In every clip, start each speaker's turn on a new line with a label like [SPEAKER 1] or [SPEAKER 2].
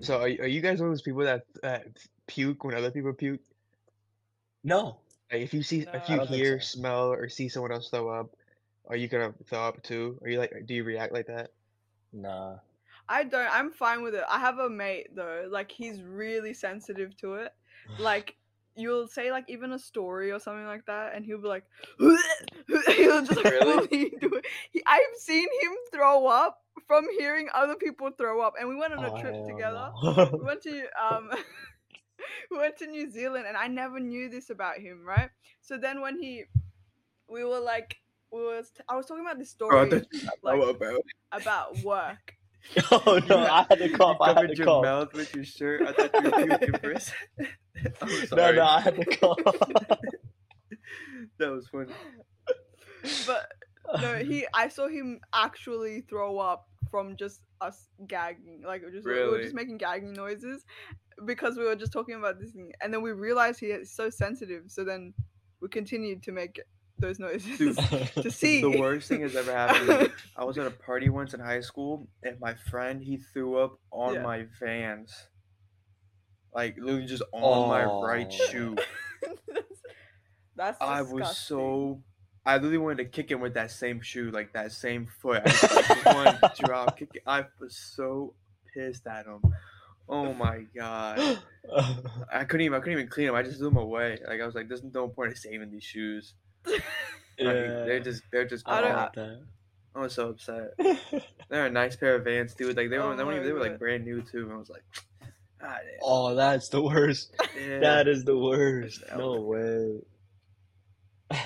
[SPEAKER 1] so are you- are you guys one of those people that uh, puke when other people puke?
[SPEAKER 2] No,
[SPEAKER 1] Like if you see
[SPEAKER 3] No,
[SPEAKER 1] if
[SPEAKER 2] I
[SPEAKER 1] you
[SPEAKER 2] don't think so.
[SPEAKER 1] hear, smell, or see someone else throw up, are you gonna throw up too? Are you like do you react like that?
[SPEAKER 2] nah.
[SPEAKER 3] I don't. I'm fine with it. I have a mate though. Like he's really sensitive to it. Like you'll say like even a story or something like that, and he'll be like, he'll just like
[SPEAKER 2] Really?
[SPEAKER 3] fully do it. He, I've seen him throw up from hearing other people throw up, and we went on a
[SPEAKER 2] Oh,
[SPEAKER 3] trip
[SPEAKER 2] hell
[SPEAKER 3] together. we went to um we went to New Zealand and I never knew this about him, right? So then when he we were like we was t- I was talking about this
[SPEAKER 2] Oh,
[SPEAKER 3] story like, about work.
[SPEAKER 2] no. Oh no, I had to cough. I had
[SPEAKER 4] covered
[SPEAKER 2] to
[SPEAKER 4] your
[SPEAKER 2] cough.
[SPEAKER 4] mouth with your shirt. I thought you were puking first. I'm
[SPEAKER 2] No,
[SPEAKER 4] sorry.
[SPEAKER 2] no, I had to cough.
[SPEAKER 4] That was funny.
[SPEAKER 3] But no, he I saw him actually throw up from just us gagging. Like just we were
[SPEAKER 4] Really?
[SPEAKER 3] just making gagging noises because we were just talking about this thing and then we realized he is so sensitive. So then we continued to make those noises to see
[SPEAKER 4] The worst thing has ever happened. to me. I was at a party once in high school, and my friend he threw up on
[SPEAKER 3] Yeah.
[SPEAKER 4] my Vans, like literally just on my right
[SPEAKER 2] Oh.
[SPEAKER 4] shoe.
[SPEAKER 3] That's
[SPEAKER 4] I was
[SPEAKER 3] disgusting.
[SPEAKER 4] so, I literally wanted to kick him with that same shoe, like that same foot. I just, I just wanted to drop kick. it. I was so pissed at him. Oh my god! I couldn't even. I couldn't even clean them. I just threw them away. Like I was like, "There's no point in saving these shoes. Like,
[SPEAKER 2] yeah.
[SPEAKER 4] they're just. They're just.
[SPEAKER 3] I
[SPEAKER 4] Gone.
[SPEAKER 3] don't-
[SPEAKER 4] I, was so upset. They're a nice pair of Vans, dude. Like they were.
[SPEAKER 3] Oh
[SPEAKER 4] they,
[SPEAKER 3] my
[SPEAKER 4] were they were
[SPEAKER 3] God.
[SPEAKER 4] like brand new too. And I was like, ah,
[SPEAKER 2] oh, that's the worst.
[SPEAKER 4] damn.
[SPEAKER 2] That is the worst.
[SPEAKER 4] That
[SPEAKER 2] No way.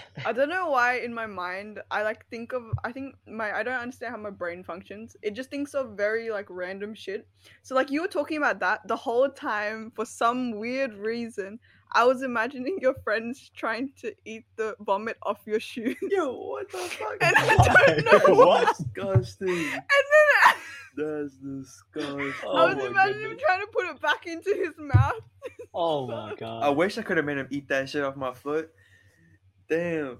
[SPEAKER 3] I don't know why in my mind I like think of I think my I don't understand how my brain functions. It just thinks of very like random shit. So like you were talking about that the whole time for some weird reason. I was imagining your friends trying to eat the vomit off your shoe.
[SPEAKER 4] Yo, what the fuck?
[SPEAKER 3] And I don't
[SPEAKER 2] Why?
[SPEAKER 3] know why.
[SPEAKER 2] What?
[SPEAKER 4] disgusting.
[SPEAKER 3] And then
[SPEAKER 4] That's disgusting.
[SPEAKER 2] Oh
[SPEAKER 3] I was
[SPEAKER 2] my
[SPEAKER 3] imagining him
[SPEAKER 2] goodness.
[SPEAKER 3] trying to put it back into his mouth.
[SPEAKER 2] Oh my
[SPEAKER 4] I
[SPEAKER 2] god.
[SPEAKER 4] wish I could have made him eat that shit off my foot. Damn.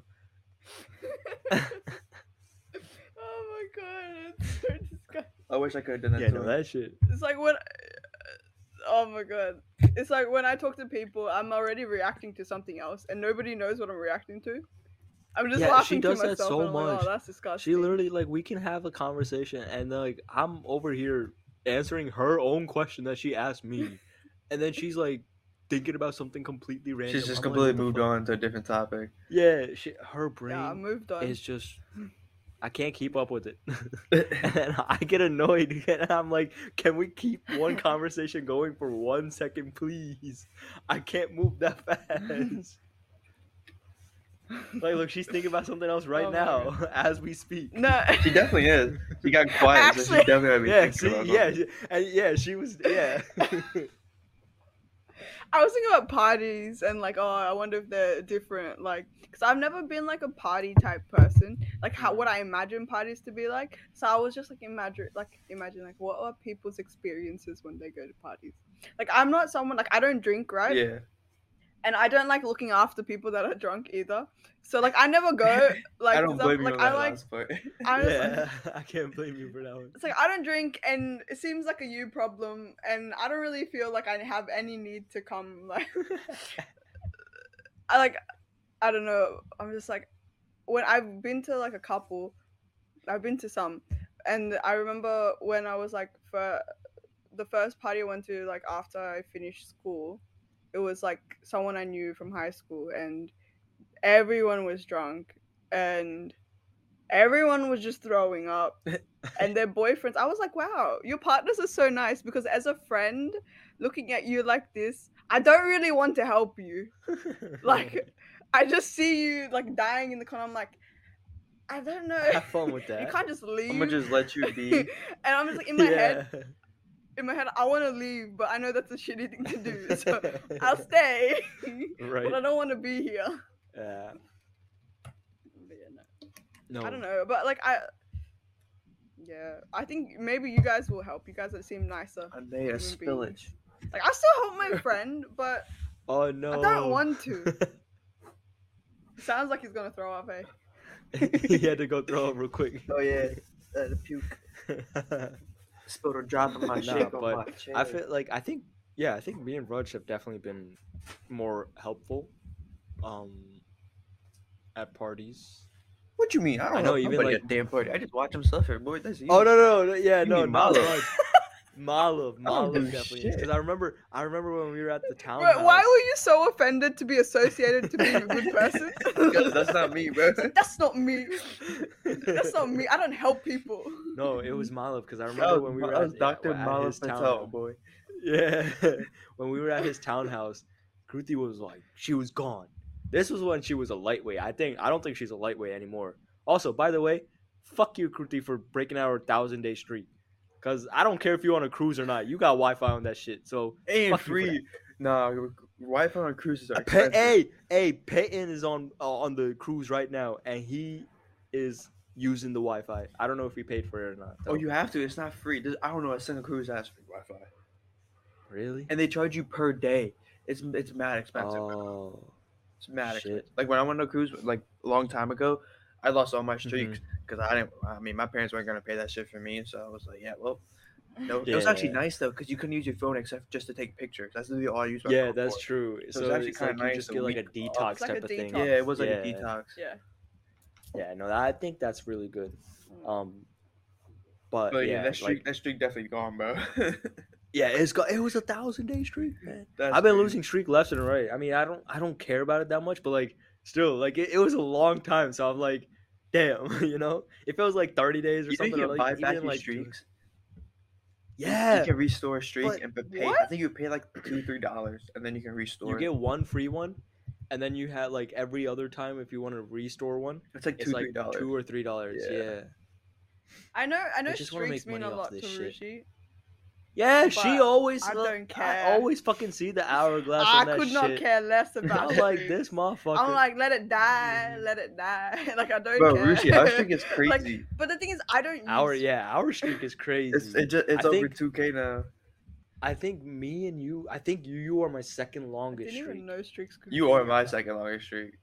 [SPEAKER 3] Oh my god, it's so disgusting.
[SPEAKER 4] I wish I could have done that
[SPEAKER 2] Yeah,
[SPEAKER 4] to
[SPEAKER 2] no,
[SPEAKER 4] him.
[SPEAKER 2] that shit.
[SPEAKER 3] It's like when. Oh my god. It's like when I talk to people, I'm already reacting to something else, and nobody knows what I'm reacting to. I'm just
[SPEAKER 2] Yeah, she
[SPEAKER 3] laughing
[SPEAKER 2] does
[SPEAKER 3] to
[SPEAKER 2] that
[SPEAKER 3] myself.
[SPEAKER 2] so
[SPEAKER 3] and I'm like,
[SPEAKER 2] much.
[SPEAKER 3] oh, that's disgusting.
[SPEAKER 2] She literally like we can have a conversation and like I'm over here answering her own question that she asked me, and then she's like thinking about something completely random.
[SPEAKER 4] She's just
[SPEAKER 2] I'm like,
[SPEAKER 4] completely
[SPEAKER 2] "What the
[SPEAKER 4] moved
[SPEAKER 2] fuck?"
[SPEAKER 4] on to a different topic.
[SPEAKER 2] Yeah, she, her
[SPEAKER 3] Yeah, I
[SPEAKER 2] brain
[SPEAKER 3] moved on.
[SPEAKER 2] is just I can't keep up with it, and I get annoyed. And I'm like, can we keep one conversation going for one second, please? I can't move that fast. like, look, she's thinking about something else right
[SPEAKER 3] Oh my
[SPEAKER 2] now as we speak.
[SPEAKER 3] No.
[SPEAKER 4] She definitely is. She got quiet, so she
[SPEAKER 3] Actually-
[SPEAKER 4] definitely had me
[SPEAKER 2] yeah,
[SPEAKER 4] thinking
[SPEAKER 2] see,
[SPEAKER 4] about
[SPEAKER 2] yeah,
[SPEAKER 4] something.
[SPEAKER 2] she- and yeah, she was, yeah.
[SPEAKER 3] I was thinking about parties and like, oh, I wonder if they're different. Like, because I've never been like a party type person. Like, how what I imagine parties to be like. So I was just like, imagine, like, imagine, like, what are people's experiences when they go to parties? Like, I'm not someone like I don't drink, right?
[SPEAKER 4] Yeah.
[SPEAKER 3] and I don't like looking after people that are drunk either. So like I never go like
[SPEAKER 4] I don't
[SPEAKER 3] 'cause I'm-
[SPEAKER 4] blame you on
[SPEAKER 3] like I
[SPEAKER 4] that
[SPEAKER 3] like
[SPEAKER 4] last part.
[SPEAKER 3] I was like-
[SPEAKER 2] yeah, I can't blame you for that one.
[SPEAKER 3] it's like I don't drink and it seems like a you problem and I don't really feel like I have any need to come like I like I don't know I'm just like when I've been to like a couple I've been to some and I remember when I was like for the first party I went to like after I finished school it was like someone I knew from high school and everyone was drunk and everyone was just throwing up and their boyfriends I was like wow your partners are so nice because as a friend looking at you like this I don't really want to help you like I just see you like dying in the corner I'm like I don't know
[SPEAKER 2] have fun with that.
[SPEAKER 3] you can't just leave
[SPEAKER 4] I'm gonna just let you be.
[SPEAKER 3] and I'm just like in my head in my head I want to leave but I know that's a shitty thing to do so I'll stay,
[SPEAKER 2] right.
[SPEAKER 3] but I don't want to be here.
[SPEAKER 2] Yeah.
[SPEAKER 3] But yeah, no.
[SPEAKER 2] no.
[SPEAKER 3] I don't
[SPEAKER 4] Oh.
[SPEAKER 3] know, but like I, yeah, I think maybe you guys will help. You guys that seem nicer.
[SPEAKER 4] I made a
[SPEAKER 3] Human being.
[SPEAKER 4] spillage.
[SPEAKER 3] Like I still help my friend, but
[SPEAKER 2] Oh no.
[SPEAKER 3] I don't want to. Sounds like he's gonna throw up. eh? Hey,
[SPEAKER 2] he had to go throw up real quick.
[SPEAKER 4] Oh yeah, uh, the puke. Spilled a drop of my
[SPEAKER 2] Nah,
[SPEAKER 4] shit
[SPEAKER 2] but
[SPEAKER 4] on my chair.
[SPEAKER 2] I feel like I think yeah, I think me and Rudge have definitely been more helpful um at parties.
[SPEAKER 4] what you mean? I don't
[SPEAKER 2] I know,
[SPEAKER 4] know.
[SPEAKER 2] even,
[SPEAKER 4] Even like
[SPEAKER 2] like-
[SPEAKER 4] a damn party. I just watch him suffer, boy. That's you.
[SPEAKER 2] Oh no no, no yeah
[SPEAKER 4] You
[SPEAKER 2] no
[SPEAKER 4] mean
[SPEAKER 2] not
[SPEAKER 4] Malo.
[SPEAKER 2] Rudge.
[SPEAKER 3] Oh,
[SPEAKER 2] Malo, Malo
[SPEAKER 4] do
[SPEAKER 2] definitely because
[SPEAKER 4] shit.
[SPEAKER 2] I remember I remember when we were at the town.
[SPEAKER 3] Bro, why were you so offended to be associated to being a good person?
[SPEAKER 4] Because that's not me, bro.
[SPEAKER 3] That's not me. That's not me. I don't help people.
[SPEAKER 2] No, it was Malo because I
[SPEAKER 4] That
[SPEAKER 2] remember
[SPEAKER 4] was,
[SPEAKER 2] when we
[SPEAKER 4] Ma-
[SPEAKER 2] were
[SPEAKER 4] that
[SPEAKER 2] at,
[SPEAKER 4] was Dr.
[SPEAKER 2] at his
[SPEAKER 4] Malus Patel,
[SPEAKER 2] town.
[SPEAKER 4] boy.
[SPEAKER 2] Yeah, when we were at his townhouse, Kruti was like, she was gone. This was when she was a lightweight. I think I don't think she's a lightweight anymore. Also, by the way, fuck you, Kruti, for breaking our thousand day streak. Cause I don't care if you're on a cruise or not. You got Wi Fi on that shit. So
[SPEAKER 4] And
[SPEAKER 2] Fuck you for that.
[SPEAKER 4] free. Nah, Wi-Fi on cruises are
[SPEAKER 2] Pe-
[SPEAKER 4] expensive.
[SPEAKER 2] hey, hey, Peyton is on uh, on the cruise right now, and he is using the Wi Fi. I don't know if he paid for it or not.
[SPEAKER 4] Oh,
[SPEAKER 2] though.
[SPEAKER 4] you have to. It's not free. There's, I don't know a single cruise that has free Wi-Fi,
[SPEAKER 2] really?
[SPEAKER 4] and they charge you per day. It's it's mad expensive. bro.
[SPEAKER 2] Oh,
[SPEAKER 4] It's mad
[SPEAKER 2] shit.
[SPEAKER 4] expensive. Like when I went on a cruise like a long time ago, I lost all my
[SPEAKER 2] Mm-hmm.
[SPEAKER 4] streaks because I didn't. I mean, my parents weren't gonna pay that shit for me, so I was like, yeah, well. No, it was actually
[SPEAKER 2] Yeah.
[SPEAKER 4] nice though because you couldn't use your phone except just to take pictures. That's literally all I used. My
[SPEAKER 2] yeah,
[SPEAKER 4] phone
[SPEAKER 2] that's
[SPEAKER 4] for.
[SPEAKER 2] true.
[SPEAKER 4] it's
[SPEAKER 2] So,
[SPEAKER 4] actually
[SPEAKER 2] it's like
[SPEAKER 4] kinda
[SPEAKER 2] you
[SPEAKER 4] nice
[SPEAKER 2] just
[SPEAKER 4] a
[SPEAKER 2] get like a
[SPEAKER 4] week
[SPEAKER 2] detox
[SPEAKER 3] It's
[SPEAKER 2] type
[SPEAKER 3] like a
[SPEAKER 2] of thing.
[SPEAKER 3] detox.
[SPEAKER 4] Yeah, it was like a
[SPEAKER 2] Yeah.
[SPEAKER 4] detox.
[SPEAKER 3] Yeah.
[SPEAKER 2] Yeah, no, I think that's really good. Um, but,
[SPEAKER 4] Mm. But yeah,
[SPEAKER 2] yeah,
[SPEAKER 4] that streak,
[SPEAKER 2] like-
[SPEAKER 4] that streak definitely gone, bro.
[SPEAKER 2] yeah, it's got it was a thousand day streak, man.
[SPEAKER 4] That's
[SPEAKER 2] I've been
[SPEAKER 4] crazy.
[SPEAKER 2] losing streak left and right. I mean, I don't, I don't care about it that much, but like, still, like, it, it was a long time. So I'm like, damn, you know, if it was like thirty days or
[SPEAKER 4] You think
[SPEAKER 2] something,
[SPEAKER 4] you
[SPEAKER 2] I'd
[SPEAKER 4] can
[SPEAKER 2] like,
[SPEAKER 4] buy
[SPEAKER 2] even,
[SPEAKER 4] back your
[SPEAKER 2] like, do-
[SPEAKER 4] streaks?
[SPEAKER 2] Yeah,
[SPEAKER 4] You can restore a streak
[SPEAKER 2] But
[SPEAKER 4] and but pay. I
[SPEAKER 3] Oh, what?
[SPEAKER 4] think you pay like two, three dollars, and then you can restore.
[SPEAKER 2] you
[SPEAKER 4] it.
[SPEAKER 2] get one free one, and then you had like every other time if you want to restore one,
[SPEAKER 4] it's like two,
[SPEAKER 2] it's like
[SPEAKER 4] three dollars.
[SPEAKER 2] two or three dollars.
[SPEAKER 4] Yeah.
[SPEAKER 2] yeah.
[SPEAKER 3] I know. I know.
[SPEAKER 2] just wanna
[SPEAKER 3] streaks
[SPEAKER 2] make
[SPEAKER 3] mean a
[SPEAKER 2] money off
[SPEAKER 3] lot to
[SPEAKER 2] this shit.
[SPEAKER 3] Rushi.
[SPEAKER 2] Yeah,
[SPEAKER 3] But
[SPEAKER 2] she always.
[SPEAKER 3] I
[SPEAKER 2] look,
[SPEAKER 3] don't
[SPEAKER 2] I
[SPEAKER 3] care.
[SPEAKER 2] always fucking see the hourglass.
[SPEAKER 3] I
[SPEAKER 2] on that
[SPEAKER 3] could not
[SPEAKER 2] shit.
[SPEAKER 3] care less about.
[SPEAKER 2] I'm like
[SPEAKER 3] streaks.
[SPEAKER 2] this motherfucker.
[SPEAKER 3] I'm like, let it die,
[SPEAKER 2] Mhm.
[SPEAKER 3] let it die. like I don't
[SPEAKER 4] Bro,
[SPEAKER 3] care.
[SPEAKER 4] Rushi, our streak is crazy.
[SPEAKER 3] Like, but the thing is, I don't. Use,
[SPEAKER 2] our yeah, our streak is crazy.
[SPEAKER 4] it's it just, it's over
[SPEAKER 2] think-
[SPEAKER 4] two k now.
[SPEAKER 2] I think me and you. I think you you are my second
[SPEAKER 3] I
[SPEAKER 2] longest
[SPEAKER 3] didn't
[SPEAKER 2] streak.
[SPEAKER 3] even know streaks could.
[SPEAKER 4] You
[SPEAKER 3] be
[SPEAKER 4] are
[SPEAKER 3] like
[SPEAKER 4] my
[SPEAKER 3] that.
[SPEAKER 4] second longest streak.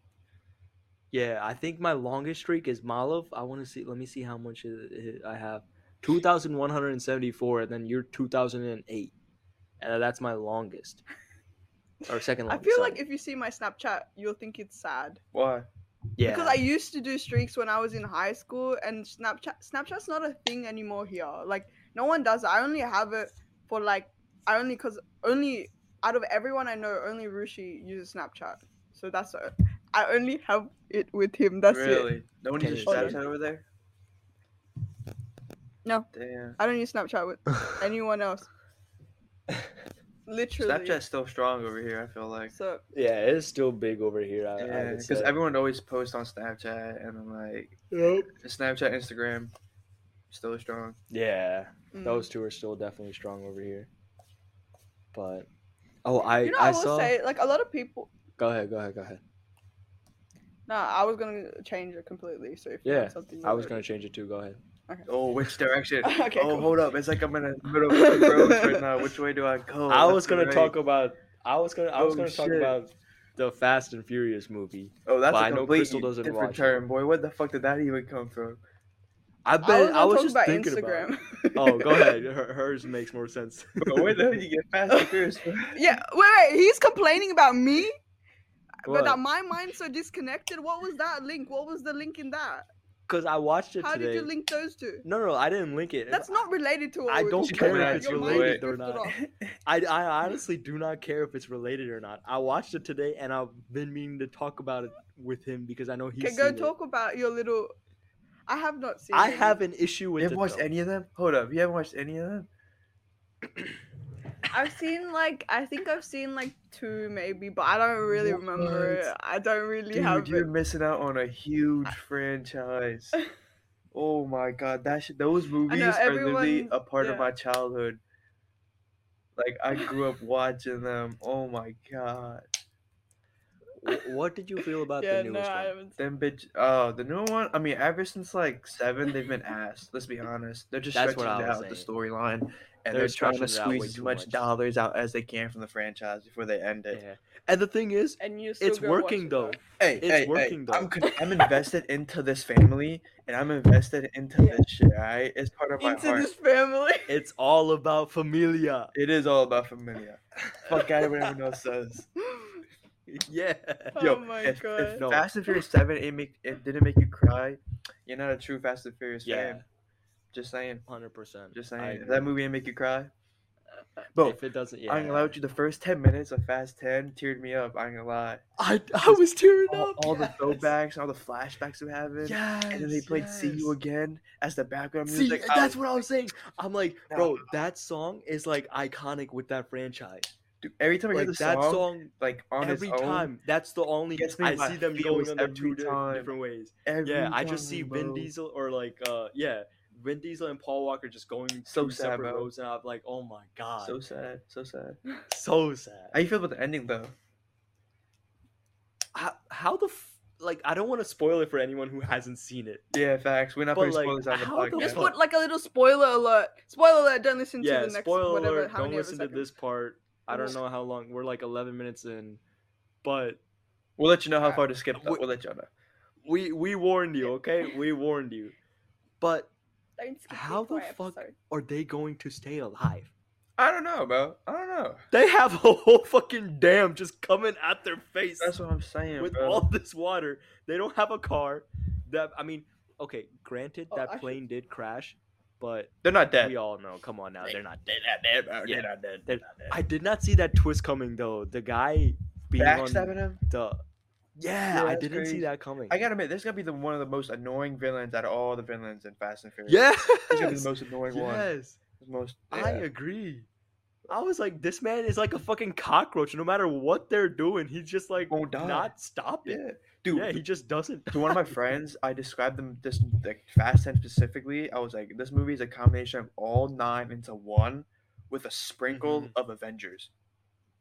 [SPEAKER 2] Yeah, I think my longest streak is Malov. I want to see. Let me see how much it- it- I have. Two thousand one hundred and seventy-four, and then you're two thousand and eight, and that's my longest or second
[SPEAKER 3] I
[SPEAKER 2] longest.
[SPEAKER 3] feel like
[SPEAKER 2] sorry.
[SPEAKER 3] if you see my Snapchat, you'll think it's sad
[SPEAKER 4] Why?
[SPEAKER 2] yeah,
[SPEAKER 3] because I used to do streaks when I was in high school, and Snapchat Snapchat's not a thing anymore here. Like no one does. it. I only have it for like I only because only out of everyone I know, only Rushi uses Snapchat. So that's it. I only have it with him. That's it.
[SPEAKER 4] really? No one
[SPEAKER 2] Can
[SPEAKER 4] uses
[SPEAKER 2] you
[SPEAKER 3] see?
[SPEAKER 4] Snapchat over there.
[SPEAKER 3] No.
[SPEAKER 4] Damn.
[SPEAKER 3] I don't use Snapchat with anyone else. Literally.
[SPEAKER 4] Snapchat's still strong over here. I feel like.
[SPEAKER 3] So
[SPEAKER 2] yeah, it's still big over here. I, I
[SPEAKER 4] Yeah,
[SPEAKER 2] would
[SPEAKER 4] because
[SPEAKER 2] say.
[SPEAKER 4] everyone always posts on Snapchat, and I'm like, Snapchat, Instagram, still strong.
[SPEAKER 2] yeah.
[SPEAKER 3] mm.
[SPEAKER 2] Those two are still definitely strong over here. But oh, I
[SPEAKER 3] you know, I,
[SPEAKER 2] I,
[SPEAKER 3] will
[SPEAKER 2] saw.
[SPEAKER 3] say like a lot of people.
[SPEAKER 2] Go ahead, go ahead, go ahead.
[SPEAKER 3] No, I was gonna change it completely. So if you
[SPEAKER 2] Yeah,
[SPEAKER 3] had something you
[SPEAKER 2] I was
[SPEAKER 3] wrote-
[SPEAKER 2] gonna change it too. Go ahead.
[SPEAKER 4] Oh, which direction?
[SPEAKER 3] Okay,
[SPEAKER 4] oh,
[SPEAKER 3] cool.
[SPEAKER 4] hold up. It's like I'm in the middle of two roads right now. Which way do I go?
[SPEAKER 2] I
[SPEAKER 4] Left
[SPEAKER 2] was
[SPEAKER 4] or
[SPEAKER 2] gonna
[SPEAKER 4] right?
[SPEAKER 2] talk about. I was gonna. I was
[SPEAKER 4] Oh,
[SPEAKER 2] gonna talk
[SPEAKER 4] shit.
[SPEAKER 2] about the Fast and Furious movie.
[SPEAKER 4] Oh, that's
[SPEAKER 2] but
[SPEAKER 4] a
[SPEAKER 2] I know
[SPEAKER 4] completely
[SPEAKER 2] Crystal doesn't
[SPEAKER 4] different
[SPEAKER 2] watch it.
[SPEAKER 4] term, boy. What the fuck did that even come from?
[SPEAKER 2] I
[SPEAKER 3] I
[SPEAKER 2] bet.
[SPEAKER 3] was gonna
[SPEAKER 2] I was,
[SPEAKER 3] talk
[SPEAKER 2] just
[SPEAKER 3] about
[SPEAKER 2] thinking
[SPEAKER 3] Instagram.
[SPEAKER 2] about. It. Oh, go ahead. Her, hers makes more sense.
[SPEAKER 4] Bro, where the hell you get fast and furious? bro?
[SPEAKER 3] yeah, wait, wait. He's complaining about me, but that
[SPEAKER 2] Because
[SPEAKER 3] my mind's so disconnected. What was that link? What was the link in that?
[SPEAKER 2] I watched it
[SPEAKER 3] How
[SPEAKER 2] today.
[SPEAKER 3] did you link those two?
[SPEAKER 2] No, no, I didn't link it.
[SPEAKER 3] That's not related to. What
[SPEAKER 2] I
[SPEAKER 3] we were
[SPEAKER 2] don't
[SPEAKER 3] talking
[SPEAKER 4] care if
[SPEAKER 3] about.
[SPEAKER 4] it's
[SPEAKER 3] Your mind
[SPEAKER 4] related
[SPEAKER 2] or
[SPEAKER 3] drifted
[SPEAKER 2] not.
[SPEAKER 3] off.
[SPEAKER 2] I, I honestly do not care if it's related or not. I watched it today, and I've been meaning to talk about it with him because I know he's.
[SPEAKER 3] Okay, go
[SPEAKER 2] seen it.
[SPEAKER 3] talk about your little. I have not seen.
[SPEAKER 2] I
[SPEAKER 3] it.
[SPEAKER 2] have an issue
[SPEAKER 4] You
[SPEAKER 2] with it.
[SPEAKER 4] haven't watched
[SPEAKER 2] though.
[SPEAKER 4] any of them? Hold up. You haven't watched any of them?
[SPEAKER 3] I've seen like I think I've seen like two maybe, but I don't really remember it.
[SPEAKER 4] What?
[SPEAKER 3] I don't really
[SPEAKER 4] Dude,
[SPEAKER 3] have
[SPEAKER 4] you're
[SPEAKER 3] it.
[SPEAKER 4] missing out on a huge franchise. Oh my god, that shit, those movies are literally
[SPEAKER 3] everyone-
[SPEAKER 4] a part of
[SPEAKER 3] yeah.
[SPEAKER 4] my childhood. Like I grew up watching them. Oh my god,
[SPEAKER 2] Wh- What did you feel about
[SPEAKER 3] yeah,
[SPEAKER 2] the
[SPEAKER 3] no,
[SPEAKER 2] newest
[SPEAKER 3] I
[SPEAKER 2] one?
[SPEAKER 3] haven't.
[SPEAKER 4] them bitch. Oh, the new one. I mean, ever since like seven, they've been ass. Let's be honest, they're just
[SPEAKER 2] That's what
[SPEAKER 4] stretching
[SPEAKER 2] I was
[SPEAKER 4] out the
[SPEAKER 2] saying.
[SPEAKER 4] storyline, and
[SPEAKER 2] They're
[SPEAKER 4] they're, trying to
[SPEAKER 2] stretching it out way
[SPEAKER 4] squeeze as
[SPEAKER 2] too
[SPEAKER 4] much,
[SPEAKER 2] much.
[SPEAKER 4] dollars out as they can from the franchise before they end it.
[SPEAKER 2] Yeah. And the thing is,
[SPEAKER 3] and you. Still
[SPEAKER 2] it's
[SPEAKER 3] go watch
[SPEAKER 2] working
[SPEAKER 3] it,
[SPEAKER 2] though.
[SPEAKER 4] Hey,
[SPEAKER 2] It's
[SPEAKER 4] hey, hey,
[SPEAKER 2] working, though.
[SPEAKER 4] I'm, con- I'm invested into this family, and I'm invested into
[SPEAKER 3] Yeah.
[SPEAKER 4] this shit. All right, it's part of my
[SPEAKER 3] Into
[SPEAKER 4] heart.
[SPEAKER 3] this family.
[SPEAKER 2] It's all about familia.
[SPEAKER 4] It is all about familia. Fuck out of what everyone else says.
[SPEAKER 2] Yeah.
[SPEAKER 4] Yo,
[SPEAKER 3] oh my
[SPEAKER 4] if,
[SPEAKER 3] god.
[SPEAKER 4] if
[SPEAKER 2] No.
[SPEAKER 4] Fast and Furious Seven it make it didn't make you cry, you're not a true Fast and Furious
[SPEAKER 2] Yeah.
[SPEAKER 4] fan. Just saying.
[SPEAKER 2] Hundred percent.
[SPEAKER 4] Just saying. If that movie didn't make you cry. Bro,
[SPEAKER 2] If it doesn't, yeah.
[SPEAKER 4] I ain't gonna lie with you. The first ten minutes of Fast Ten teared me up. I ain't gonna lie.
[SPEAKER 2] I, I was tearing
[SPEAKER 4] All,
[SPEAKER 2] up.
[SPEAKER 4] all
[SPEAKER 2] yes.
[SPEAKER 4] the throwbacks, all the flashbacks we having.
[SPEAKER 2] Yes.
[SPEAKER 4] And then they played "See You
[SPEAKER 2] yes.
[SPEAKER 4] Again" as the background
[SPEAKER 2] See,
[SPEAKER 4] music. I
[SPEAKER 2] that's
[SPEAKER 4] was
[SPEAKER 2] what I was saying. I'm like,
[SPEAKER 4] No.
[SPEAKER 2] bro, that song is like iconic with that franchise.
[SPEAKER 4] Dude, every time I hear
[SPEAKER 2] Like
[SPEAKER 4] the
[SPEAKER 2] that
[SPEAKER 4] song,
[SPEAKER 2] song,
[SPEAKER 4] like on
[SPEAKER 2] every
[SPEAKER 4] its own,
[SPEAKER 2] time. That's the only
[SPEAKER 4] gets me in
[SPEAKER 2] I
[SPEAKER 4] my
[SPEAKER 2] see them
[SPEAKER 4] feels
[SPEAKER 2] going on their
[SPEAKER 4] every
[SPEAKER 2] two di-
[SPEAKER 4] time.
[SPEAKER 2] different ways.
[SPEAKER 4] every
[SPEAKER 2] yeah, I just see
[SPEAKER 4] time,
[SPEAKER 2] Vin
[SPEAKER 4] bro.
[SPEAKER 2] Diesel or like, uh, yeah, Vin Diesel and Paul Walker just going
[SPEAKER 4] So
[SPEAKER 2] two
[SPEAKER 4] sad,
[SPEAKER 2] separate
[SPEAKER 4] bro.
[SPEAKER 2] roads, and I'm like, oh my god,
[SPEAKER 4] So sad, so sad.
[SPEAKER 2] so sad.
[SPEAKER 4] How you feel about the ending though?
[SPEAKER 2] how, how the f- like I don't want to spoil it for anyone who hasn't seen it.
[SPEAKER 4] Yeah, facts. We're not
[SPEAKER 2] But,
[SPEAKER 4] putting
[SPEAKER 2] like,
[SPEAKER 4] spoilers on the
[SPEAKER 2] how the
[SPEAKER 4] podcast.
[SPEAKER 3] Just
[SPEAKER 2] fuck-
[SPEAKER 3] put like a little spoiler alert. Spoiler alert. Don't listen
[SPEAKER 2] yeah,
[SPEAKER 3] to the next
[SPEAKER 2] spoiler
[SPEAKER 3] whatever.
[SPEAKER 2] alert,
[SPEAKER 3] how
[SPEAKER 2] don't
[SPEAKER 3] many of a
[SPEAKER 2] listen to
[SPEAKER 3] second.
[SPEAKER 2] this part. I don't
[SPEAKER 3] Yes.
[SPEAKER 2] know how long. We're like 11 minutes in, but
[SPEAKER 4] We'll let you know how far to skip. Though.
[SPEAKER 2] Wh-
[SPEAKER 4] We'll let y'all know.
[SPEAKER 2] we we warned you, okay? We warned you. But
[SPEAKER 3] Don't skip
[SPEAKER 2] How the
[SPEAKER 3] entire
[SPEAKER 2] fuck-
[SPEAKER 3] episode.
[SPEAKER 2] are they going to stay alive?
[SPEAKER 4] I don't know, bro. I don't know.
[SPEAKER 2] They have a whole fucking dam just coming at their face
[SPEAKER 4] That's what I'm saying,
[SPEAKER 2] with
[SPEAKER 4] bro.
[SPEAKER 2] all this water. They don't have a car. That I mean, okay, granted
[SPEAKER 3] Oh,
[SPEAKER 2] that
[SPEAKER 3] I should-
[SPEAKER 2] plane did crash, but
[SPEAKER 4] They're not dead.
[SPEAKER 2] we all know. Come on now, they're not dead.
[SPEAKER 4] They're not dead, bro.
[SPEAKER 2] Yeah.
[SPEAKER 4] Oh, They're not dead. They're
[SPEAKER 2] They're-
[SPEAKER 4] not dead.
[SPEAKER 2] I did not see that twist coming though. The guy being
[SPEAKER 4] Backstabbing
[SPEAKER 2] on
[SPEAKER 4] him.
[SPEAKER 2] the yeah,
[SPEAKER 4] Yeah,
[SPEAKER 2] I
[SPEAKER 4] that's
[SPEAKER 2] didn't
[SPEAKER 4] crazy.
[SPEAKER 2] see that coming.
[SPEAKER 4] I gotta admit, this is gonna be the one of the most annoying villains out of all the villains in Fast and Furious.
[SPEAKER 2] yes,
[SPEAKER 4] This is gonna be the most annoying one.
[SPEAKER 2] yes,
[SPEAKER 4] The most.
[SPEAKER 2] I
[SPEAKER 4] yeah.
[SPEAKER 2] agree. I was like, this man is like a fucking cockroach. No matter what they're doing, he's just like
[SPEAKER 4] Won't die.
[SPEAKER 2] not stopping.
[SPEAKER 4] Yeah.
[SPEAKER 2] Yeah,
[SPEAKER 4] Dude,
[SPEAKER 2] he just doesn't.
[SPEAKER 4] to one of my friends, I described them this like Fast Ten specifically. I was like, this movie is a combination of all nine into one, with a sprinkle
[SPEAKER 2] Mhm.
[SPEAKER 4] of Avengers.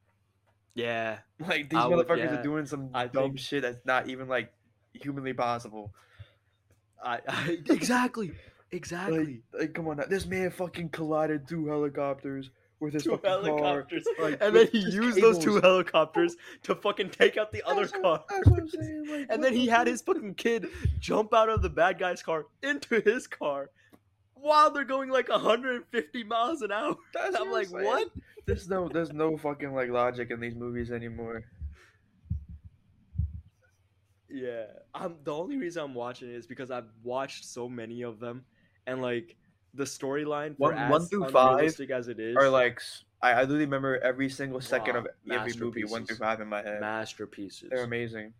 [SPEAKER 2] yeah,
[SPEAKER 4] Like these
[SPEAKER 2] I would-
[SPEAKER 4] motherfuckers
[SPEAKER 2] yeah.
[SPEAKER 4] are doing some
[SPEAKER 2] I
[SPEAKER 4] dumb
[SPEAKER 2] think-
[SPEAKER 4] shit that's not even like humanly possible.
[SPEAKER 2] I, I exactly, exactly.
[SPEAKER 4] Like, like come on, now. this man fucking collided two helicopters with his
[SPEAKER 2] two
[SPEAKER 4] fucking car.
[SPEAKER 2] helicopters,
[SPEAKER 4] like,
[SPEAKER 2] and then
[SPEAKER 4] with
[SPEAKER 2] he
[SPEAKER 4] his
[SPEAKER 2] used those two
[SPEAKER 4] cables.
[SPEAKER 2] helicopters to fucking take out the other
[SPEAKER 4] That's what-
[SPEAKER 2] car.
[SPEAKER 4] that's what I'm saying, like, what
[SPEAKER 2] And then
[SPEAKER 4] the
[SPEAKER 2] he had
[SPEAKER 4] fuck?
[SPEAKER 2] his fucking kid jump out of the bad guy's car into his car while they're going like 150 miles an hour.
[SPEAKER 4] That's
[SPEAKER 2] And I'm like,
[SPEAKER 4] saying.
[SPEAKER 2] what?
[SPEAKER 4] There's no, there's no fucking like logic in these movies anymore.
[SPEAKER 2] Yeah. I'm the only reason I'm watching it is because I've watched so many of them and like the storyline for
[SPEAKER 4] One-
[SPEAKER 2] as
[SPEAKER 4] one through five
[SPEAKER 2] unrealistic as it is
[SPEAKER 4] Or like, s- I, I literally remember every single second
[SPEAKER 2] Wow,
[SPEAKER 4] of every movie one through
[SPEAKER 2] masterpieces.
[SPEAKER 4] five in my head.
[SPEAKER 2] masterpieces.
[SPEAKER 4] They're amazing.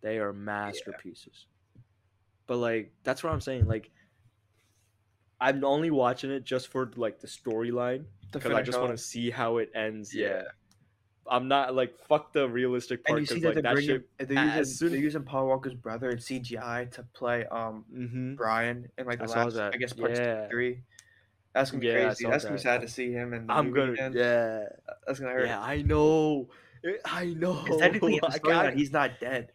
[SPEAKER 2] They are masterpieces. But like that's what I'm saying. Like I'm only watching it just for like the storyline
[SPEAKER 4] To
[SPEAKER 2] because I
[SPEAKER 4] finish
[SPEAKER 2] just want
[SPEAKER 4] off,
[SPEAKER 2] to see how it ends. Yeah.
[SPEAKER 4] Yeah.
[SPEAKER 2] I'm not like fuck the realistic
[SPEAKER 4] And
[SPEAKER 2] part
[SPEAKER 4] you see that
[SPEAKER 2] because like
[SPEAKER 4] they're
[SPEAKER 2] that
[SPEAKER 4] bringing,
[SPEAKER 2] shit.
[SPEAKER 4] they're using,
[SPEAKER 2] as soon-
[SPEAKER 4] they're using Paul Walker's brother in CGI to play um
[SPEAKER 2] Mm-hmm.
[SPEAKER 4] Brian in like the
[SPEAKER 2] I saw
[SPEAKER 4] last, I
[SPEAKER 2] that.
[SPEAKER 4] guess parts two and
[SPEAKER 2] Yeah.
[SPEAKER 4] three. That's gonna be
[SPEAKER 2] Yeah, I
[SPEAKER 4] crazy.
[SPEAKER 2] saw
[SPEAKER 4] That's gonna be
[SPEAKER 2] that.
[SPEAKER 4] sad to see him. And
[SPEAKER 2] I'm gonna yeah
[SPEAKER 4] That's gonna hurt.
[SPEAKER 2] yeah Oh I know It- I know.
[SPEAKER 4] Because technically, in the
[SPEAKER 2] I
[SPEAKER 4] storyline,
[SPEAKER 2] got-
[SPEAKER 4] he's not dead.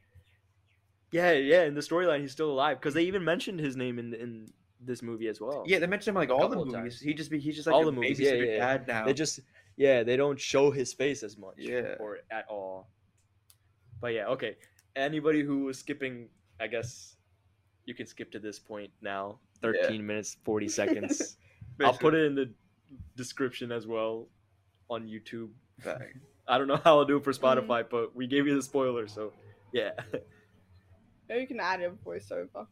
[SPEAKER 2] yeah yeah in the storyline he's still alive because they even mentioned his name in in this movie as well.
[SPEAKER 4] Yeah, they mentioned him like all the
[SPEAKER 2] Couple of
[SPEAKER 4] movies.
[SPEAKER 2] times.
[SPEAKER 4] He just be he's just like
[SPEAKER 2] All
[SPEAKER 4] a
[SPEAKER 2] the movies, yeah,
[SPEAKER 4] babysitter
[SPEAKER 2] yeah, yeah.
[SPEAKER 4] dad now.
[SPEAKER 2] they just yeah they don't show his face as much
[SPEAKER 4] Yeah.
[SPEAKER 2] or at all but yeah okay anybody who was skipping i guess you can skip to this point now 13 minutes 40 seconds i'll put it in the description as well on youtube
[SPEAKER 4] Basically.
[SPEAKER 2] i don't know how i'll do it for spotify but we gave you the spoiler so yeah
[SPEAKER 3] Maybe you can add a voiceover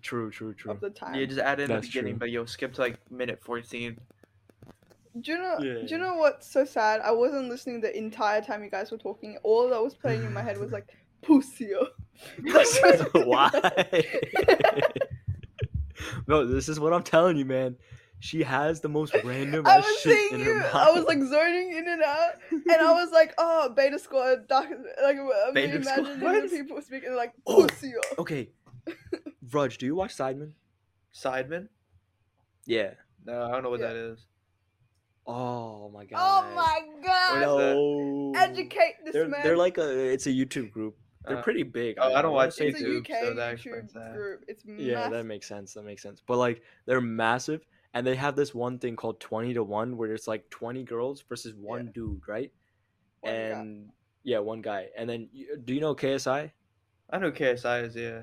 [SPEAKER 2] true true true
[SPEAKER 3] of the time.
[SPEAKER 4] Yeah, just add in the
[SPEAKER 2] That's
[SPEAKER 4] beginning,
[SPEAKER 2] true.
[SPEAKER 4] but you'll skip to like minute 14.
[SPEAKER 3] Do you know?
[SPEAKER 2] Yeah.
[SPEAKER 3] Do you know what's so sad? I wasn't listening the entire time you guys were talking. All that was playing in my head was like "Pusio."
[SPEAKER 2] why no this is what i'm telling you man she has the most random
[SPEAKER 3] I
[SPEAKER 2] ass
[SPEAKER 3] was
[SPEAKER 2] shit
[SPEAKER 3] seeing
[SPEAKER 2] in
[SPEAKER 3] you.
[SPEAKER 2] her mouth.
[SPEAKER 3] I was like zoning in and out, and I was like, "Oh, Beta Squad." Doc, like I'm
[SPEAKER 2] Beta
[SPEAKER 3] imagining
[SPEAKER 2] Squad?
[SPEAKER 3] the people speaking like
[SPEAKER 2] Oh.
[SPEAKER 3] "Pusio."
[SPEAKER 2] Okay. Rudge, do you watch Sidemen?
[SPEAKER 4] Sidemen?
[SPEAKER 2] Yeah.
[SPEAKER 4] No, I don't know what
[SPEAKER 3] Yeah.
[SPEAKER 4] that is.
[SPEAKER 2] Oh my god.
[SPEAKER 3] Oh my god!
[SPEAKER 4] Well,
[SPEAKER 2] No.
[SPEAKER 3] Educate this
[SPEAKER 2] They're,
[SPEAKER 3] man.
[SPEAKER 2] they're like a it's a YouTube group. They're
[SPEAKER 4] Uh,
[SPEAKER 2] pretty big.
[SPEAKER 4] oh, I don't
[SPEAKER 2] wanna
[SPEAKER 4] watch
[SPEAKER 2] say
[SPEAKER 3] it's
[SPEAKER 2] it's-
[SPEAKER 3] a
[SPEAKER 4] YouTube,
[SPEAKER 3] UK
[SPEAKER 4] so that explains
[SPEAKER 3] YouTube
[SPEAKER 4] that.
[SPEAKER 3] group. It's
[SPEAKER 2] Yeah,
[SPEAKER 3] massive.
[SPEAKER 2] that makes sense. That makes sense. But like they're massive and they have this one thing called 20 to 1 where it's like 20 girls versus one dude right
[SPEAKER 3] One guy.
[SPEAKER 2] and yeah one guy and then you- do you know ksi
[SPEAKER 4] I know KSI is yeah.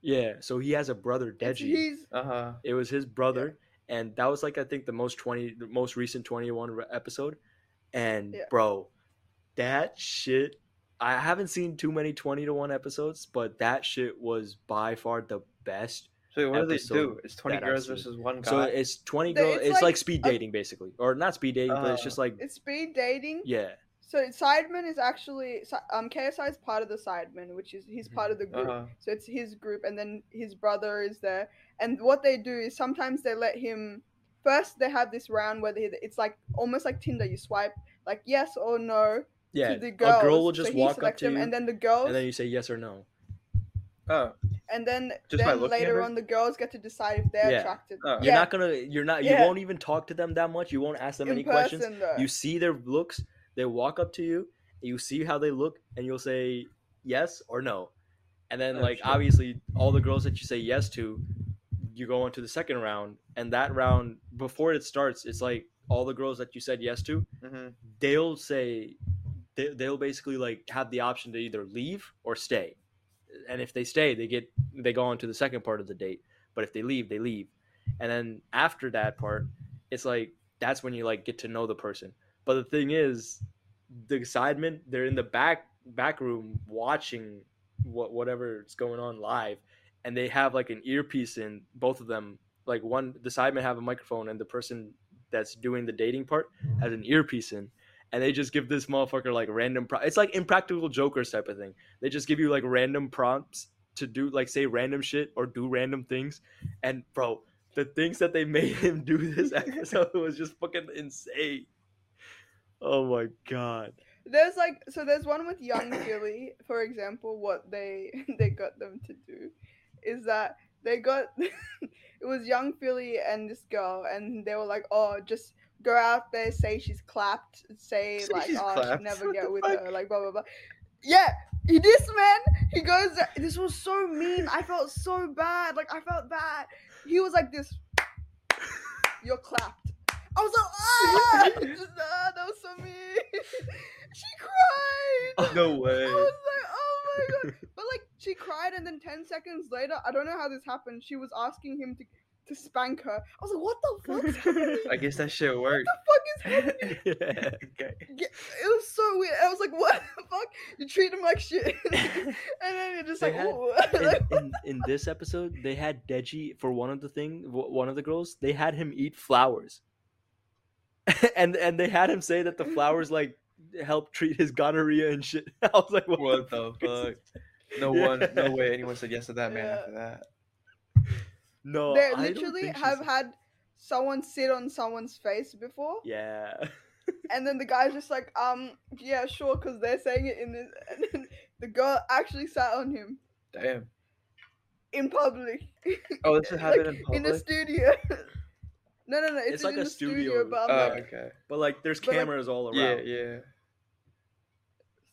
[SPEAKER 2] yeah so he has a brother
[SPEAKER 3] It's-
[SPEAKER 2] deji
[SPEAKER 3] He's
[SPEAKER 4] Uh huh.
[SPEAKER 2] it was his brother, and that was like I think the most twenty, the most recent twenty one re- episode. And
[SPEAKER 3] Yeah.
[SPEAKER 2] bro, that shit. I haven't seen too many twenty to one episodes, but that shit was by far the best.
[SPEAKER 4] So wait, what do they do?
[SPEAKER 2] Episode
[SPEAKER 4] It's twenty
[SPEAKER 2] that I've
[SPEAKER 4] girls
[SPEAKER 2] seen.
[SPEAKER 4] versus one guy.
[SPEAKER 2] So it's twenty
[SPEAKER 3] Th-
[SPEAKER 2] girl.
[SPEAKER 3] it's
[SPEAKER 2] It's,
[SPEAKER 3] like
[SPEAKER 2] like, speed
[SPEAKER 3] a- Uh,
[SPEAKER 2] dating, basically, or not speed dating, but it's just like
[SPEAKER 3] it's speed dating.
[SPEAKER 2] yeah,
[SPEAKER 3] So Sidemen is actually Si- um KSI is part of the Sidemen, which is he's
[SPEAKER 2] Mm-hmm.
[SPEAKER 3] part of the group.
[SPEAKER 4] uh-huh.
[SPEAKER 3] So it's his group, and then his brother is there. And what they do is sometimes they let him. First, they have this round where they, it's like almost like Tinder. You swipe like yes or no
[SPEAKER 2] yeah.
[SPEAKER 3] to the
[SPEAKER 2] A
[SPEAKER 3] girls.
[SPEAKER 2] girl will
[SPEAKER 3] So
[SPEAKER 2] just
[SPEAKER 3] he
[SPEAKER 2] walk up
[SPEAKER 3] selects
[SPEAKER 2] to
[SPEAKER 3] them,
[SPEAKER 2] you,
[SPEAKER 3] and then the girls,
[SPEAKER 2] you say yes or no.
[SPEAKER 4] Oh,
[SPEAKER 3] and then,
[SPEAKER 4] Just by
[SPEAKER 3] then
[SPEAKER 4] looking at
[SPEAKER 3] later
[SPEAKER 4] her?
[SPEAKER 3] on, the girls get to decide if they're
[SPEAKER 2] Yeah.
[SPEAKER 3] attracted.
[SPEAKER 4] Oh.
[SPEAKER 2] You're not gonna. You're not.
[SPEAKER 3] Yeah.
[SPEAKER 2] You won't even talk to them that much. You won't ask them
[SPEAKER 3] in
[SPEAKER 2] any
[SPEAKER 3] person,
[SPEAKER 2] questions.
[SPEAKER 3] Though.
[SPEAKER 2] you see their looks they walk up to you you see how they look and you'll say yes or no and then
[SPEAKER 4] Oh,
[SPEAKER 2] like
[SPEAKER 4] shit.
[SPEAKER 2] obviously all the girls that you say yes to you go on to the second round and that round before it starts it's like all the girls that you said yes to
[SPEAKER 4] hmm
[SPEAKER 2] they'll say they, they'll basically like have the option to either leave or stay and if they stay they get they go on to the second part of the date but if they leave they leave and then after that part it's like that's when you like get to know the person but the thing is the sidemen they're in the back back room watching what whatever's going on live and they have like an earpiece in both of them like one the sidemen have a microphone and the person that's doing the dating part has an earpiece in and they just give this motherfucker like random pro- it's like impractical jokers type of thing they just give you like random prompts to do like say random shit or do random things and bro the things that they made him do this episode was just fucking insane oh my god
[SPEAKER 3] There's like so there's one with young Gilly, for example, what they they got them to do is that they got it was young Philly and this girl and they were like, Oh, just go out there, say she's clapped, say
[SPEAKER 4] Say
[SPEAKER 3] like
[SPEAKER 4] she's
[SPEAKER 3] oh
[SPEAKER 4] clapped.
[SPEAKER 3] she'll never
[SPEAKER 4] What
[SPEAKER 3] get
[SPEAKER 4] the
[SPEAKER 3] with
[SPEAKER 4] fuck?
[SPEAKER 3] her, like blah blah blah. Yeah, he this man, he goes this was so mean. I felt so bad, like I felt bad. He was like this You're clapped. I was like, ah, Nah, that was so mean. She cried.
[SPEAKER 4] No way.
[SPEAKER 3] I was like, oh my god. But like, she cried, and then 10 seconds later, I don't know how this happened. She was asking him to, to spank her. I was like, what the fuck's happening?
[SPEAKER 4] I guess that shit worked.
[SPEAKER 3] fuck is
[SPEAKER 4] okay.
[SPEAKER 3] yeah, It was so weird. I was like, what the fuck? You treat him like shit. and then you're just
[SPEAKER 2] They
[SPEAKER 3] like,
[SPEAKER 2] had-
[SPEAKER 3] ooh.
[SPEAKER 2] in,
[SPEAKER 3] Like,
[SPEAKER 2] in, in this episode they had deji for one of the thing w- one of the girls they had him eat flowers and and they had him say that the flowers like help treat his gonorrhea and shit i was like what,
[SPEAKER 4] What
[SPEAKER 2] the,
[SPEAKER 4] the
[SPEAKER 2] fuck is
[SPEAKER 4] fuck?
[SPEAKER 2] this?
[SPEAKER 4] No
[SPEAKER 2] Yeah.
[SPEAKER 4] one, no way anyone said yes to that man
[SPEAKER 3] Yeah.
[SPEAKER 4] after that.
[SPEAKER 2] no
[SPEAKER 3] they
[SPEAKER 2] I don't
[SPEAKER 3] literally
[SPEAKER 2] think she's-
[SPEAKER 3] have had someone sit on someone's face before.
[SPEAKER 2] yeah
[SPEAKER 3] And then the guy's just like, um, yeah, sure, because they're saying it in this. And then the girl actually sat on him
[SPEAKER 4] Damn.
[SPEAKER 3] in public,
[SPEAKER 4] Oh, this has happened in
[SPEAKER 3] in the
[SPEAKER 4] public.
[SPEAKER 3] studio. no, no, no, it's,
[SPEAKER 2] It's like
[SPEAKER 3] in
[SPEAKER 2] a
[SPEAKER 3] the studio,
[SPEAKER 2] studio- uh,
[SPEAKER 3] but
[SPEAKER 4] Oh,
[SPEAKER 3] I'm like,
[SPEAKER 4] okay.
[SPEAKER 2] but like there's
[SPEAKER 3] But, like,
[SPEAKER 2] cameras all
[SPEAKER 4] Yeah,
[SPEAKER 2] around
[SPEAKER 4] yeah.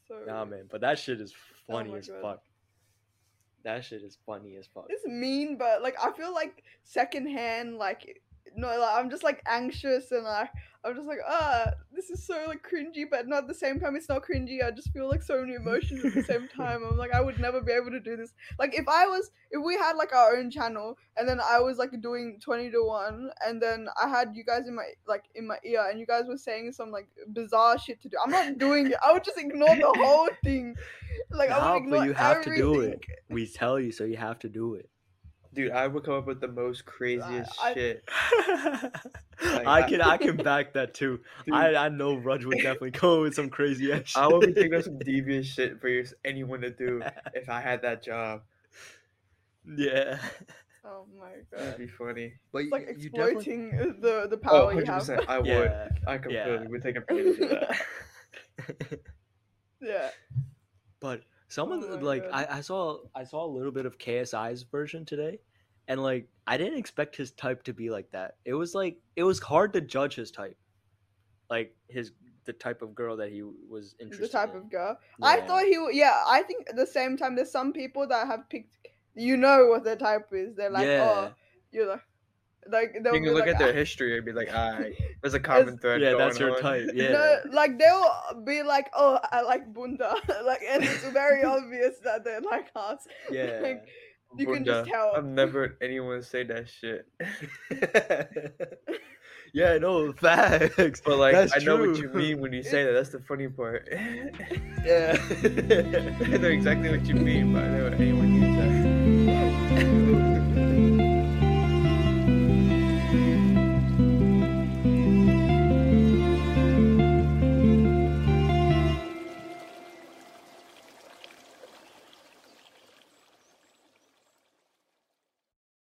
[SPEAKER 3] so
[SPEAKER 2] nah man but that shit is
[SPEAKER 3] Oh
[SPEAKER 2] funny
[SPEAKER 3] my
[SPEAKER 2] as
[SPEAKER 3] God.
[SPEAKER 2] fuck that shit is funny as fuck
[SPEAKER 3] it's mean, but like I feel like secondhand, like no, like, I'm just like anxious and like I'm just like ah, this is so like cringy, but not at the same time. It's not cringy. I just feel like so many emotions at the same time. I'm like I would never be able to do this. Like if I was, if we had like our own channel, and then I was like doing twenty to one, and then I had you guys in my like in my ear, and you guys were saying some like bizarre shit to do. I'm not doing it. I would just ignore the whole thing. Like I
[SPEAKER 2] Nah,
[SPEAKER 3] would
[SPEAKER 2] but
[SPEAKER 3] ignore
[SPEAKER 2] you have to do it.
[SPEAKER 3] everything.
[SPEAKER 2] we tell you so you have to do it
[SPEAKER 4] Dude, I would come up with the most craziest
[SPEAKER 3] I-
[SPEAKER 4] shit.
[SPEAKER 2] I can I can back that too.
[SPEAKER 4] Dude,
[SPEAKER 2] I,
[SPEAKER 4] I,
[SPEAKER 2] I know Rudge would definitely go with some crazy ass shit.
[SPEAKER 4] would be thinking of some devious shit for you- anyone to do if I had that job.
[SPEAKER 2] yeah.
[SPEAKER 3] Oh my god.
[SPEAKER 4] That'd be funny.
[SPEAKER 2] But
[SPEAKER 3] It's like exploiting the the
[SPEAKER 4] Oh,
[SPEAKER 3] power you have.
[SPEAKER 4] 100%. I would.
[SPEAKER 2] Yeah.
[SPEAKER 4] I completely
[SPEAKER 2] Yeah.
[SPEAKER 4] would take advantage of that.
[SPEAKER 3] Yeah.
[SPEAKER 2] But some of
[SPEAKER 3] Oh
[SPEAKER 2] the,
[SPEAKER 3] my
[SPEAKER 2] like
[SPEAKER 3] God.
[SPEAKER 2] I, I saw I saw a little bit of KSI's version today and like I didn't expect his type to be like that. It was like it was hard to judge his type. Like his the type of girl that he was interested
[SPEAKER 3] The type
[SPEAKER 2] in.
[SPEAKER 3] of girl. I thought he w- yeah, I think at the same time there's some people that have picked you know what their type is. They're like,
[SPEAKER 2] yeah.
[SPEAKER 3] oh you're like Like they'll
[SPEAKER 4] you
[SPEAKER 3] be
[SPEAKER 4] can look
[SPEAKER 3] like,
[SPEAKER 4] at
[SPEAKER 3] "Ah."
[SPEAKER 4] their history and be like, all right, there's a common thread.
[SPEAKER 2] yeah,
[SPEAKER 4] going
[SPEAKER 2] that's your
[SPEAKER 4] on."
[SPEAKER 2] type. Yeah.
[SPEAKER 3] No, like they'll be like, "Oh, I like bunda," like, and it's very obvious that they like us.
[SPEAKER 2] yeah.
[SPEAKER 3] like- You can just
[SPEAKER 4] Bunda.
[SPEAKER 3] tell.
[SPEAKER 4] I've never heard anyone say that shit.
[SPEAKER 2] yeah, no, facts.
[SPEAKER 4] But like,
[SPEAKER 2] That's
[SPEAKER 4] I know what you
[SPEAKER 2] true.
[SPEAKER 4] mean when you say that. That's the funny part.
[SPEAKER 2] Yeah.
[SPEAKER 4] I know exactly what you mean, but I know anyone means that.